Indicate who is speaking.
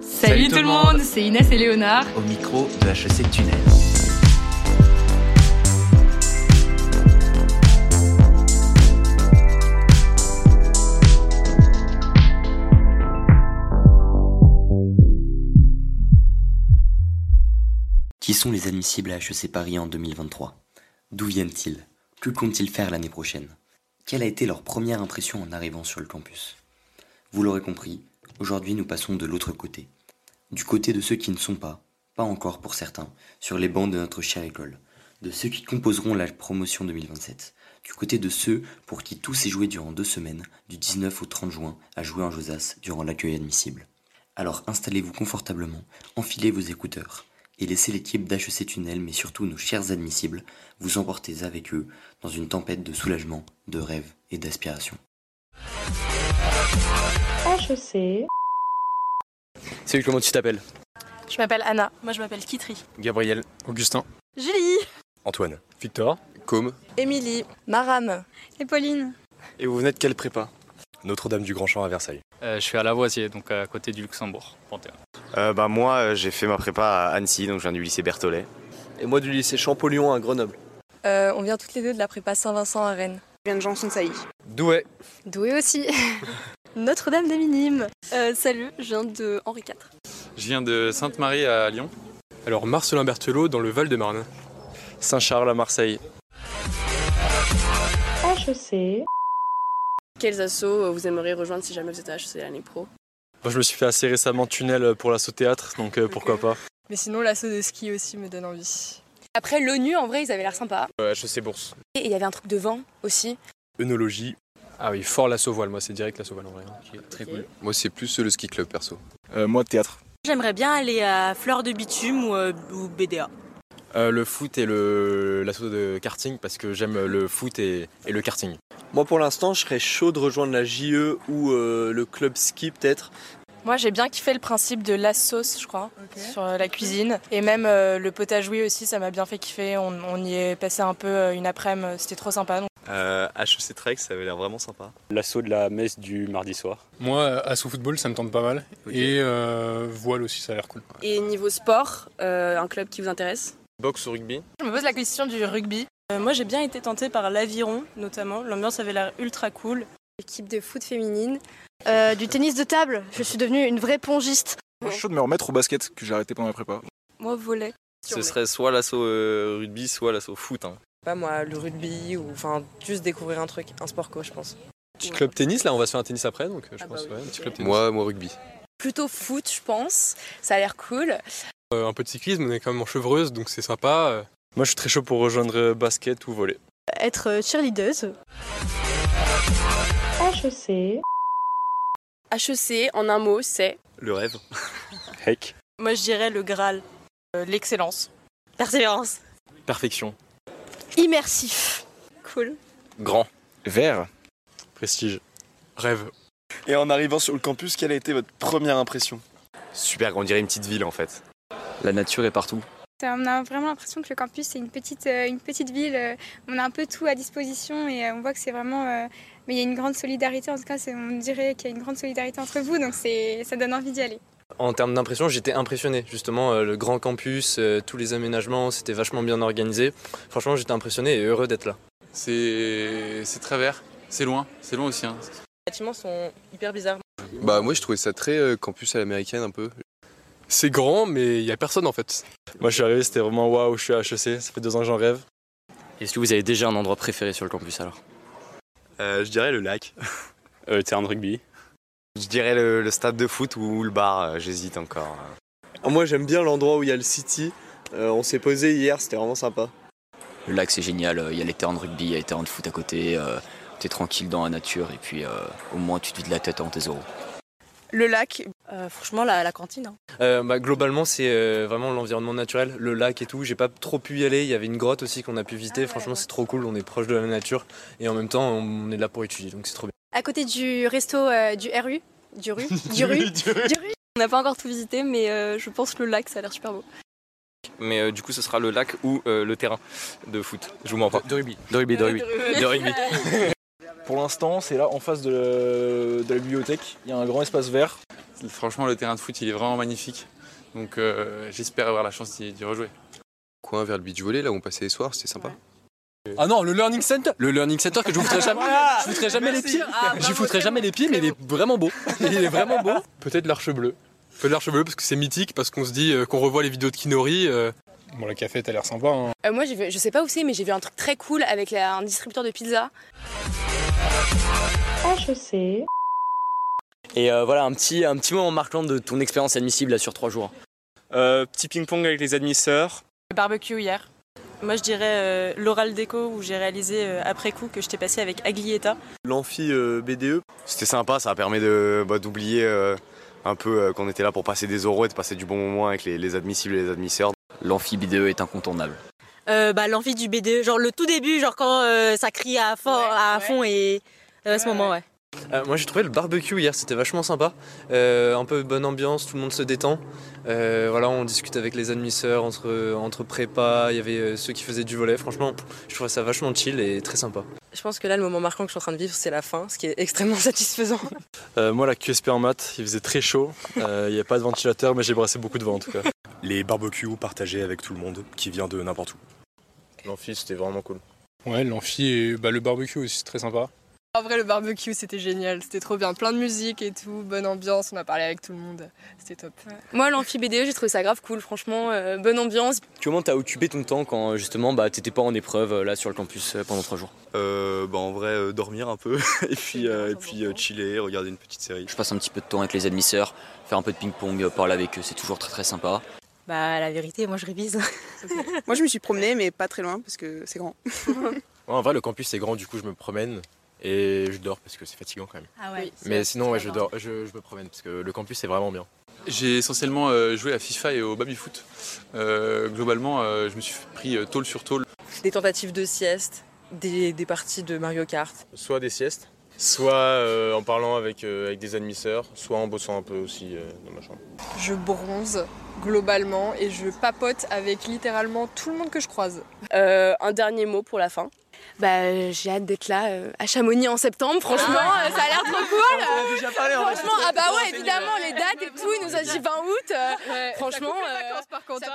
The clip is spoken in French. Speaker 1: Salut, tout le monde, c'est Inès et Léonard.
Speaker 2: Au micro de HEC Tunnel. Qui sont les admissibles à HEC Paris en 2023 D'où viennent-ils Que comptent-ils faire l'année prochaine Quelle a été leur première impression en arrivant sur le campus Vous l'aurez compris, aujourd'hui nous passons de l'autre côté. Du côté de ceux qui ne sont pas, pas encore pour certains, sur les bancs de notre chère école. De ceux qui composeront la promotion 2027. Du côté de ceux pour qui tout s'est joué durant deux semaines, du 19 au 30 juin, à jouer en Josas durant l'accueil admissible. Alors installez-vous confortablement, enfilez vos écouteurs et laissez l'équipe d'HEC Tunnel, mais surtout nos chers admissibles, vous emporter avec eux dans une tempête de soulagement, de rêves et d'aspirations.
Speaker 3: HEC.
Speaker 4: Salut, comment tu t'appelles
Speaker 5: Je m'appelle Anna. Moi, je m'appelle Kitri.
Speaker 6: Gabriel, Augustin,
Speaker 5: Julie.
Speaker 7: Antoine.
Speaker 6: Victor, Côme.
Speaker 5: Émilie. Maram.
Speaker 8: Et Pauline.
Speaker 6: Et vous venez de quelle prépa
Speaker 7: Notre-Dame-du-Grand-Champ à Versailles.
Speaker 9: Euh, je suis à Lavoisier, donc à côté du Luxembourg, Panthéon.
Speaker 10: Euh, bah moi euh, j'ai fait ma prépa à Annecy, donc je viens du lycée Berthollet.
Speaker 11: Et moi du lycée Champollion à Grenoble.
Speaker 12: Euh, on vient toutes les deux de la prépa Saint-Vincent à Rennes.
Speaker 13: Je viens de Janson-Sailly.
Speaker 6: Douai,
Speaker 14: Doué aussi.
Speaker 15: Notre-Dame des Minimes.
Speaker 12: Euh,
Speaker 16: salut, je viens de Henri IV.
Speaker 17: Je viens de Sainte-Marie à Lyon.
Speaker 6: alors Marcelin Berthelot dans le Val-de-Marne. Saint-Charles à Marseille.
Speaker 3: HEC.
Speaker 18: Quels assos vous aimeriez rejoindre si jamais vous êtes à HEC l'année pro
Speaker 6: Moi, je me suis fait assez récemment tunnel euh, pour l'assaut théâtre, donc euh, pourquoi pas.
Speaker 12: Mais sinon, l'assaut de ski aussi me donne envie.
Speaker 5: Après l'ONU, en vrai, ils avaient l'air sympas.
Speaker 6: HEC E Bourse.
Speaker 5: Et il y avait un truc de vent aussi.
Speaker 6: Œnologie. Ah oui, fort l'assaut voile, moi c'est direct l'assaut voile en vrai. hein, qui est très cool.
Speaker 19: Moi, c'est plus euh, le ski club perso.
Speaker 20: Euh, moi, théâtre.
Speaker 17: J'aimerais bien aller à Fleur de Bitume ou, euh, ou BDA.
Speaker 6: Euh, le foot et l'assaut de karting parce que j'aime le foot et, le karting.
Speaker 11: Moi pour l'instant je serais chaud de rejoindre la JE ou euh, le club ski peut-être.
Speaker 5: Moi, j'ai bien kiffé le principe de la sauce, je crois, sur euh, la cuisine. Et même euh, le potage oui aussi, ça m'a bien fait kiffer. On, on y est passé un peu euh, une après-midi, euh, c'était trop sympa. donc.
Speaker 7: Euh, E
Speaker 10: HEC Trek, ça avait l'air vraiment sympa.
Speaker 3: L'assaut de la messe du mardi soir.
Speaker 17: Moi, assaut football, ça me tente pas mal. Et euh, voile aussi, ça a l'air cool.
Speaker 18: Et niveau sport, euh, un club qui vous intéresse
Speaker 6: Boxe ou rugby
Speaker 5: Je me pose la question du rugby.
Speaker 15: Euh, moi, j'ai bien été tentée par l'aviron, notamment. L'ambiance avait l'air ultra cool.
Speaker 8: Équipe de foot féminine. Euh, du tennis de table. Je suis devenue une vraie pongiste.
Speaker 20: Moi, je suis chaud de me remettre au basket que j'ai arrêté pendant ma prépa.
Speaker 8: Moi, volet.
Speaker 18: Sur
Speaker 7: Ce serait soit l'assaut euh, rugby, soit l'assaut foot. hein.
Speaker 13: Pas moi, le rugby ou enfin juste découvrir un truc, un sport quoi, je pense.
Speaker 6: Petit club tennis, là on va se faire un tennis après donc euh, je
Speaker 18: Ah
Speaker 6: pense.
Speaker 18: bah oui.
Speaker 6: ouais, un petit club tennis.
Speaker 19: Moi, moi rugby.
Speaker 5: Plutôt foot, je pense. Ça a l'air cool.
Speaker 4: Euh, Un peu de cyclisme, on est quand même en chevreuse, donc c'est sympa. euh.
Speaker 6: Moi je suis très chaud pour rejoindre euh, basket ou volley.
Speaker 8: Être euh, cheerleaders.
Speaker 3: HEC.
Speaker 5: E
Speaker 18: HEC, en un mot, c'est
Speaker 7: Le rêve.
Speaker 3: Heck.
Speaker 15: Moi, je dirais le Graal.
Speaker 5: Euh, L'excellence.
Speaker 15: Persévérance.
Speaker 6: Perfection.
Speaker 8: Immersif.
Speaker 15: Cool.
Speaker 7: Grand.
Speaker 6: Vert. Prestige. Rêve.
Speaker 11: Et en arrivant sur le campus, quelle a été votre première impression
Speaker 10: Super, on dirait une petite ville en fait.
Speaker 2: La nature est partout.
Speaker 8: Ça, on a vraiment l'impression que le campus c'est une petite, euh, une petite ville. euh, on a un peu tout à disposition et euh, on voit que c'est vraiment. euh, mais il y a une grande solidarité. En tout cas, c'est- on dirait qu'il y a une grande solidarité entre vous, donc c'est, ça donne envie d'y aller.
Speaker 6: En termes d'impression, j'étais impressionné. Justement, euh, le grand campus, euh, tous les aménagements, c'était vachement bien organisé. Franchement, j'étais impressionné et heureux d'être là.
Speaker 17: C'est c'est très vert, c'est loin, c'est loin aussi. hein.
Speaker 13: Les bâtiments sont hyper bizarres.
Speaker 19: Bah, moi, je trouvais ça très euh, campus à l'américaine un peu.
Speaker 4: C'est grand, mais il n'y a personne en fait.
Speaker 6: Moi, je suis arrivé, c'était vraiment waouh, je suis à HEC, ça fait deux ans que j'en rêve.
Speaker 2: Est-ce que vous avez déjà un endroit préféré sur le campus alors
Speaker 10: Euh, je dirais le lac.
Speaker 3: Euh, terrain de rugby.
Speaker 10: Je dirais le, le stade de foot ou le bar, euh, j'hésite encore.
Speaker 11: Ah, Moi j'aime bien l'endroit où il y a le City. Euh, on s'est posé hier, c'était vraiment sympa.
Speaker 1: Le lac c'est génial, euh, il y a les terrains de rugby, il y a les terrains de foot à côté, euh, t'es tranquille dans la nature et puis euh, au moins tu te vides la tête en tes euros.
Speaker 13: Le lac,
Speaker 15: Euh,
Speaker 5: franchement, la, cantine.
Speaker 15: hein.
Speaker 6: Euh, bah, globalement, c'est euh, vraiment l'environnement naturel, le lac et tout. J'ai pas trop pu y aller. Il y avait une grotte aussi qu'on a pu visiter. Franchement, c'est trop cool. On est proche de la nature et en même temps, on est là pour étudier. Donc, c'est trop bien.
Speaker 8: À côté du resto euh, du RU. Du RU. Du RU. du RU.
Speaker 15: On n'a pas encore tout visité, mais euh, je pense que le lac, ça a l'air super beau.
Speaker 7: Mais euh, du coup, ce sera le lac ou euh, le terrain de foot. Je vous mens pas.
Speaker 6: De rugby.
Speaker 2: De rugby, de rugby.
Speaker 7: De rugby.
Speaker 20: Pour l'instant, c'est là en face de, de la bibliothèque. Il y a un grand espace vert.
Speaker 14: Franchement, le terrain de foot, il est vraiment magnifique. Donc euh, j'espère avoir la chance d'y d'y rejouer.
Speaker 21: Coin vers le beach volley, là où on passait les soirs, c'était sympa.
Speaker 22: Ah non, le Learning Center Le Learning Center que je vous foutrais jamais, je foutrais jamais les pieds
Speaker 5: Ah,
Speaker 22: Je foutrais jamais les pieds, mais il est vraiment beau. Il est vraiment beau.
Speaker 23: Peut-être l'arche bleue. Peut-être l'arche bleue parce que c'est mythique, parce qu'on se dit euh, qu'on revoit les vidéos de Kinori. euh. Bon, la café, t'as l'air sympa. hein.
Speaker 5: Euh, moi, j'ai vu- je sais pas où c'est, mais j'ai vu un truc très cool avec la- un distributeur de pizza.
Speaker 15: HEC.
Speaker 1: Et euh, voilà, un petit, un petit moment marquant de ton expérience admissible là, sur trois jours.
Speaker 24: Euh, petit ping-pong avec les admisseurs.
Speaker 15: Le barbecue hier. Moi, je dirais euh, l'oral déco où j'ai réalisé euh, après coup que je t'ai passé avec Aglietta.
Speaker 25: L'amphi euh, BDE.
Speaker 6: C'était sympa, ça permet de, bah, d'oublier euh, un peu euh, qu'on était là pour passer des oraux et de passer du bon moment avec les, les admissibles et les admisseurs.
Speaker 2: L'amphibie
Speaker 6: E.
Speaker 2: BDE E est incontournable.
Speaker 26: Euh, bah, l'envie du BDE, genre le tout début, genre quand euh, ça crie à, fort, à fond et euh, à ce moment, ouais.
Speaker 1: Euh, moi j'ai trouvé le barbecue hier, c'était vachement sympa. Euh, un peu bonne ambiance, tout le monde se détend. Euh, voilà, on discute avec les admisseurs entre, entre prépa, il y avait euh, ceux qui faisaient du volet. Franchement, je trouvais ça vachement chill et très sympa.
Speaker 27: Je pense que là, le moment marquant que je suis en train de vivre, c'est la fin, ce qui est extrêmement satisfaisant.
Speaker 28: Euh, moi, la QSP en maths, il faisait très chaud. Euh, Il n'y a pas de ventilateur, mais j'ai brassé beaucoup de vent en tout cas. Les barbecues partagés avec tout le monde qui vient de n'importe où.
Speaker 23: L'amphi, c'était vraiment cool. Ouais, l'amphi et bah, le barbecue aussi, c'est très sympa.
Speaker 29: En vrai, le barbecue, c'était génial. C'était trop bien. Plein de musique et tout. Bonne ambiance. On a parlé avec tout le monde. C'était top.
Speaker 5: Moi, l'amphi BDE, E, j'ai trouvé ça grave cool, franchement, euh, bonne ambiance.
Speaker 1: Comment t'as occupé ton temps quand euh, justement bah, t'étais pas en épreuve euh, là sur le campus euh, pendant trois jours
Speaker 6: bah, en vrai, dormir un peu et puis, euh, et puis chiller, regarder une petite série.
Speaker 2: Je passe un petit peu de temps avec les admisseurs, faire un peu de ping-pong, euh, parler avec eux, c'est toujours très très sympa.
Speaker 26: Bah, la vérité, moi, je révise.
Speaker 30: Moi, je me suis promenée, mais pas très loin parce que c'est grand.
Speaker 31: Ouais, en vrai, le campus est grand, du coup, je me promène et je dors parce que c'est fatigant quand même.
Speaker 30: Ah ouais, Oui.
Speaker 31: Mais
Speaker 30: c'est-
Speaker 31: sinon, ouais, je,
Speaker 30: d'accord.
Speaker 31: dors, je, je me promène parce que le campus est vraiment bien.
Speaker 14: J'ai essentiellement euh, joué à FIFA et au baby-foot. Euh, globalement, euh, je me suis pris euh, tôle sur tôle.
Speaker 27: Des tentatives de sieste, des, des parties de Mario Kart.
Speaker 30: Soit des siestes,
Speaker 31: soit euh, en parlant avec, euh, avec des admisseurs, soit en bossant un peu aussi euh, dans ma chambre.
Speaker 29: Je bronze globalement et je papote avec littéralement tout le monde que je croise.
Speaker 5: Euh, un dernier mot pour la fin. Bah, euh, j'ai hâte d'être là euh, à Chamonix en septembre, franchement,
Speaker 26: Ah.
Speaker 5: euh, ça a l'air trop
Speaker 26: On en a
Speaker 5: cool.
Speaker 26: déjà parlé, on va
Speaker 5: franchement,
Speaker 26: juste
Speaker 5: ah bah
Speaker 26: trop
Speaker 5: ouais,
Speaker 26: renseigner.
Speaker 5: évidemment, les dates et tout, il nous a dit 20 août. euh, franchement, euh,
Speaker 26: par contre.